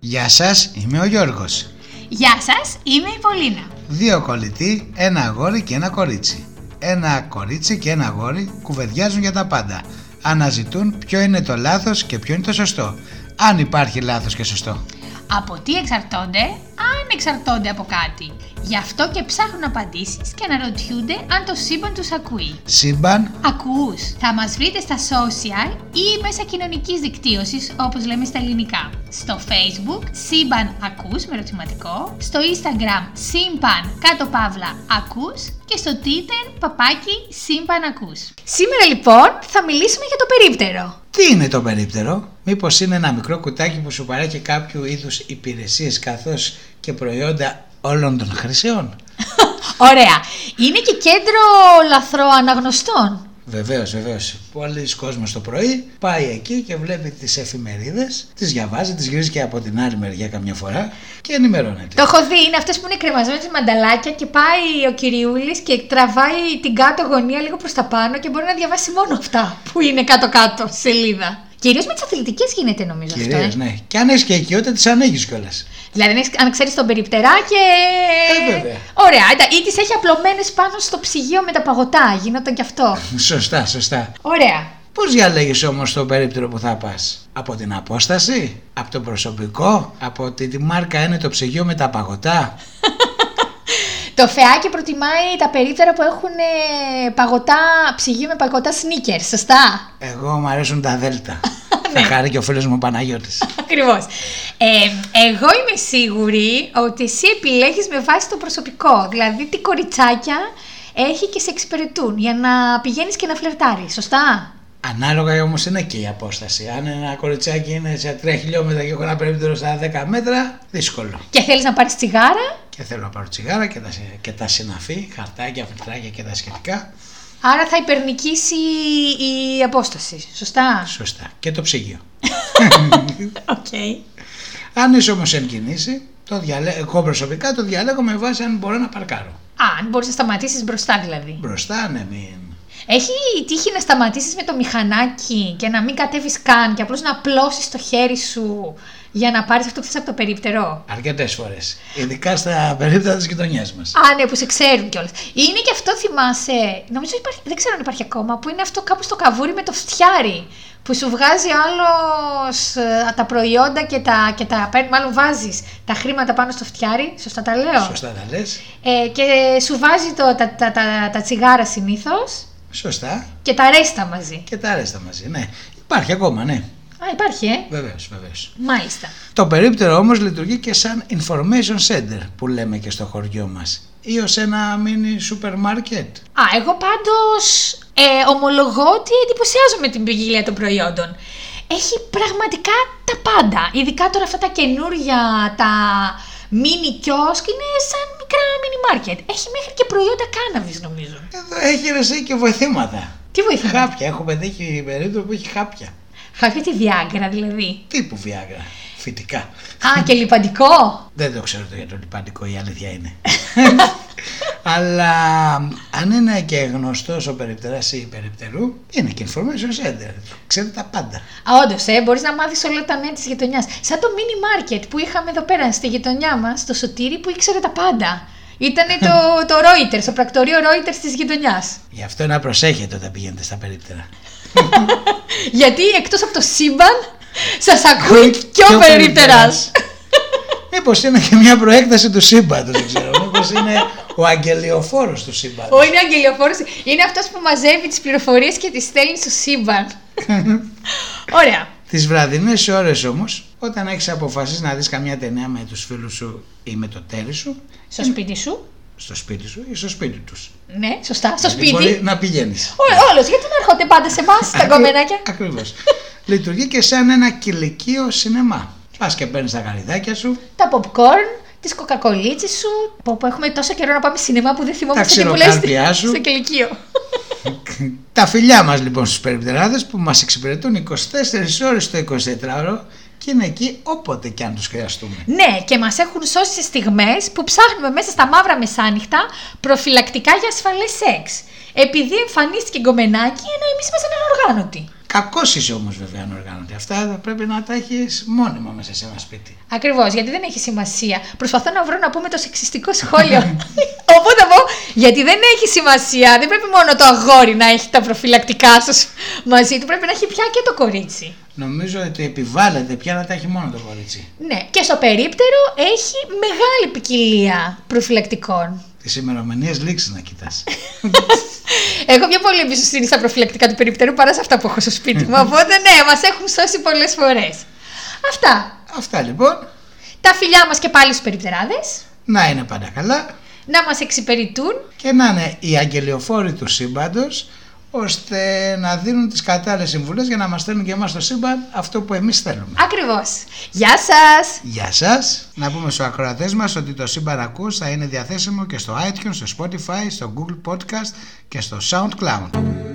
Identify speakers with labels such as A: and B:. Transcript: A: Γεια σας, είμαι ο Γιώργος.
B: Γεια σας, είμαι η Πολίνα.
A: Δύο κολλητοί, ένα αγόρι και ένα κορίτσι. Ένα κορίτσι και ένα αγόρι κουβεντιάζουν για τα πάντα. Αναζητούν ποιο είναι το λάθος και ποιο είναι το σωστό. Αν υπάρχει λάθος και σωστό.
B: Από τι εξαρτώνται, αν εξαρτώνται από κάτι. Γι' αυτό και ψάχνουν απαντήσεις και αναρωτιούνται αν το σύμπαν τους ακούει.
A: Σύμπαν,
B: Ακούς, θα μας βρείτε στα social ή μέσα κοινωνικής δικτύωσης όπως λέμε στα ελληνικά. Στο facebook σύμπαν ακούς με ερωτηματικό, στο instagram σύμπαν κάτω παύλα ακούς και στο twitter παπάκι σύμπαν ακούς. Σήμερα λοιπόν θα μιλήσουμε για το περίπτερο.
A: τι είναι το περίπτερο. Μήπως είναι ένα μικρό κουτάκι που σου παρέχει κάποιο είδους υπηρεσίες καθώς και προϊόντα όλων των χρήσεων.
B: Ωραία. Είναι και κέντρο λαθρό αναγνωστών.
A: Βεβαίως, βεβαίως. Πολλοί κόσμοι το πρωί πάει εκεί και βλέπει τις εφημερίδες, τις διαβάζει, τις γυρίζει και από την άλλη μεριά καμιά φορά και ενημερώνεται.
B: Το έχω δει, είναι αυτές που είναι κρεμασμένε με μανταλάκια και πάει ο κυριούλης και τραβάει την κάτω γωνία λίγο προς τα πάνω και μπορεί να διαβάσει μόνο αυτά που είναι κάτω-κάτω σελίδα. Κυρίως με τις αθλητικές γίνεται νομίζω
A: Κυρίως,
B: αυτό. Ε.
A: ναι. Και αν έχεις και οικειότητα, τις ανοίγεις κιόλας.
B: Δηλαδή, αν έχεις- αν ξέρεις τον περιπτερά και.
A: Ε, βέβαια.
B: Ωραία, εντά- ή τις έχει απλωμένες πάνω στο ψυγείο με τα παγωτά. Γινόταν κι αυτό.
A: Σωστά, σωστά.
B: Ωραία.
A: Πώς διαλέγεις όμως το περίπτερο που θα πας, Από την απόσταση, από το προσωπικό, από τη, τη μάρκα είναι το ψυγείο με τα παγωτά.
B: Το φεάκι προτιμάει τα περίπτερα που έχουν ε, παγωτά, ψυγείο με παγωτά sneakers, σωστά.
A: Εγώ μου αρέσουν τα δέλτα.
B: Ναι.
A: θα χάρη και ο φίλος μου ο Παναγιώτης.
B: Ακριβώς. Ε, εγώ είμαι σίγουρη ότι εσύ επιλέγεις με βάση το προσωπικό. Δηλαδή, τι κοριτσάκια έχει και σε εξυπηρετούν για να πηγαίνεις και να φλερτάρεις, σωστά.
A: Ανάλογα όμως είναι και η απόσταση. Αν ένα κοριτσάκι είναι σε 3 χιλιόμετρα και έχω ένα περίπτερο στα 10 μέτρα, δύσκολο.
B: Και θέλεις να πάρεις τσιγάρα,
A: Και θέλω να πάρω τσιγάρα και τα, συ- και τα συναφή, χαρτάκια, φιλτράκια και τα σχετικά.
B: άρα θα υπερνικήσει η απόσταση, σωστά.
A: Σωστά. Και το ψυγείο.
B: Οκ.
A: Αν είσαι όμως εν κινήσει, το διαλέ... εγώ προσωπικά το διαλέγω με βάση αν μπορώ να παρκάρω.
B: Α, αν μπορείς να σταματήσεις μπροστά δηλαδή.
A: Μπροστά, ναι, μην.
B: Έχει τύχει να σταματήσεις με το μηχανάκι και να μην κατέβεις καν και απλώς να απλώσεις το χέρι σου για να πάρεις αυτό που θες από το περίπτερο.
A: Αρκετές φορές. Ειδικά στα περίπτωτα της γειτονιάς μας.
B: Α, ναι, που σε ξέρουν κιόλας. Είναι και αυτό, θυμάσαι. Νομίζω υπάρχει, δεν ξέρω αν υπάρχει ακόμα, που είναι αυτό κάπου στο καβούρι με το φτιάρι. Που σου βγάζει άλλος τα προϊόντα και τα, και τα παίρνει. Μάλλον βάζεις τα χρήματα πάνω στο φτιάρι. Σωστά τα λέω.
A: Σωστά τα λες.
B: Ε, και σου βάζει το, τα, τα, τα, τα τσιγάρα συνήθως
A: Σωστά.
B: και τα ρέστα μαζί.
A: Και τα αρέστα μαζί. Ναι. Υπάρχει ακόμα, ναι.
B: Α, υπάρχει, ε.
A: Βεβαίως, βεβαίως.
B: Μάλιστα.
A: Το περίπτερο όμως λειτουργεί και σαν information center που λέμε και στο χωριό μας ή ως ένα μίνι σούπερ μάρκετ.
B: Α, εγώ πάντως ε, ομολογώ ότι εντυπωσιάζομαι την ποικιλία των προϊόντων. Έχει πραγματικά τα πάντα. Ειδικά τώρα αυτά τα καινούργια, τα mini kiosk είναι σαν μικρά mini market. Έχει μέχρι και προϊόντα κάναβης νομίζω.
A: Εδώ έχει ρε εσύ και βοηθήματα.
B: Τι βοηθάει.
A: Χάπια, έχω πετύχει περίπτερο που έχει χάπια.
B: Χάπια τη διάγκρα δηλαδή.
A: Τύπου Viagra, φυτικά.
B: Α, και λιπαντικό.
A: Δεν το ξέρω το για το λιπαντικό, η αλήθεια είναι. Αλλά αν είναι και γνωστός ο περιπτεράς ή η περιπτερού, είναι και information center. Ξέρετε τα πάντα.
B: Α, όντως, ε, μπορείς να μάθεις όλα τα νέα της γειτονιάς. Σαν το mini market που είχαμε εδώ πέρα στη γειτονιά μας, το σωτήρι που ήξερε τα πάντα. Ήταν το, το Reuters, το πρακτορείο Reuters της γειτονιάς.
A: Γι' αυτό να προσέχετε όταν πηγαίνετε στα περίπτερα.
B: Γιατί εκτός από το σύμπαν, σας ακούει
A: Ακούει
B: και
A: και
B: ο
A: ο
B: περίπτερα.
A: περίπτερας. Μήπως είναι και μια προέκταση του σύμπαντος, δεν ξέρω. Μήπως είναι ο αγγελιοφόρος του σύμπαντο.
B: Ο είναι αγγελιοφόρος. Είναι αυτός που μαζεύει τις πληροφορίες και τις στέλνει στο σύμπαν. Ωραία.
A: Τις βραδινές ώρες όμως, όταν έχεις αποφασίσει να δεις καμιά ταινία με τους φίλους σου ή με το τέρι σου,
B: Στο σπίτι σου.
A: στο σπίτι σου ή στο σπίτι τους.
B: Ναι, σωστά. Στο
A: Μπορεί
B: σπίτι.
A: να πηγαίνεις.
B: Όλος, γιατί να έρχονται πάντα σε εμάς τα κομμενάκια.
A: Ακριβώς. Λειτουργεί και σαν ένα κηλικείο σινεμά. Πας και παίρνεις τα γαριδάκια σου,
B: τα popcorn, τι κοκακολίτσες σου. Πω, πω, έχουμε τόσο καιρό να πάμε σινεμά που δεν θυμόμαστε
A: Τα
B: τι που λες
A: ξηροκάρπιά
B: στη-
A: σου.
B: στο κηλικείο.
A: Τα φιλιά μας λοιπόν στους περιπτεράδες που μας εξυπηρετούν 24 ώρες το 24ωρο και είναι εκεί όποτε και αν τους χρειαστούμε.
B: ναι, και μας έχουν σώσει σε στιγμές που ψάχνουμε μέσα στα μαύρα μεσάνυχτα προφυλακτικά για ασφαλές σεξ. Επειδή εμφανίστηκε γκομενάκι, ενώ εμείς ήμασταν ανοργάνωτοι.
A: Κακός είσαι όμως βέβαια αν οργάνονται. Αυτά θα πρέπει να τα έχεις μόνιμα μέσα σε ένα σπίτι.
B: Ακριβώς, γιατί δεν έχει σημασία. Προσπαθώ να βρω να πούμε το σεξιστικό σχόλιο. Όπου θα πω, γιατί δεν έχει σημασία. Δεν πρέπει μόνο το αγόρι να έχει τα προφυλακτικά σου μαζί του. Πρέπει να έχει πια και το κορίτσι.
A: Νομίζω ότι επιβάλλεται πια να τα έχει μόνο το κορίτσι.
B: Ναι, και στο περίπτερο έχει μεγάλη ποικιλία προφυλακτικών.
A: Τις ημερομηνίες λήξεις να κοιτάς.
B: Έχω πιο πολύ εμπιστοσύνη στα προφυλακτικά του περίπτερου παρά σε αυτά που έχω στο σπίτι μου. Οπότε ναι, μας έχουν σώσει πολλές φορές. Αυτά.
A: Αυτά λοιπόν.
B: Τα φιλιά μας και πάλι στους περιπτεράδες.
A: Να είναι πάντα καλά
B: Να μας εξυπηρετούν.
A: και να είναι οι αγγελιοφόροι του σύμπαντος ώστε να δίνουν τις κατάλληλες συμβουλές για να μας στέλνουν και εμάς στο σύμπαν αυτό που εμείς θέλουμε.
B: Ακριβώς. Γεια σας!
A: Γεια σας! Να πούμε στους ακροατές μας ότι το σύμπαν ακούς θα είναι διαθέσιμο και στο iTunes, στο Spotify, στο Google Podcast και στο SoundCloud.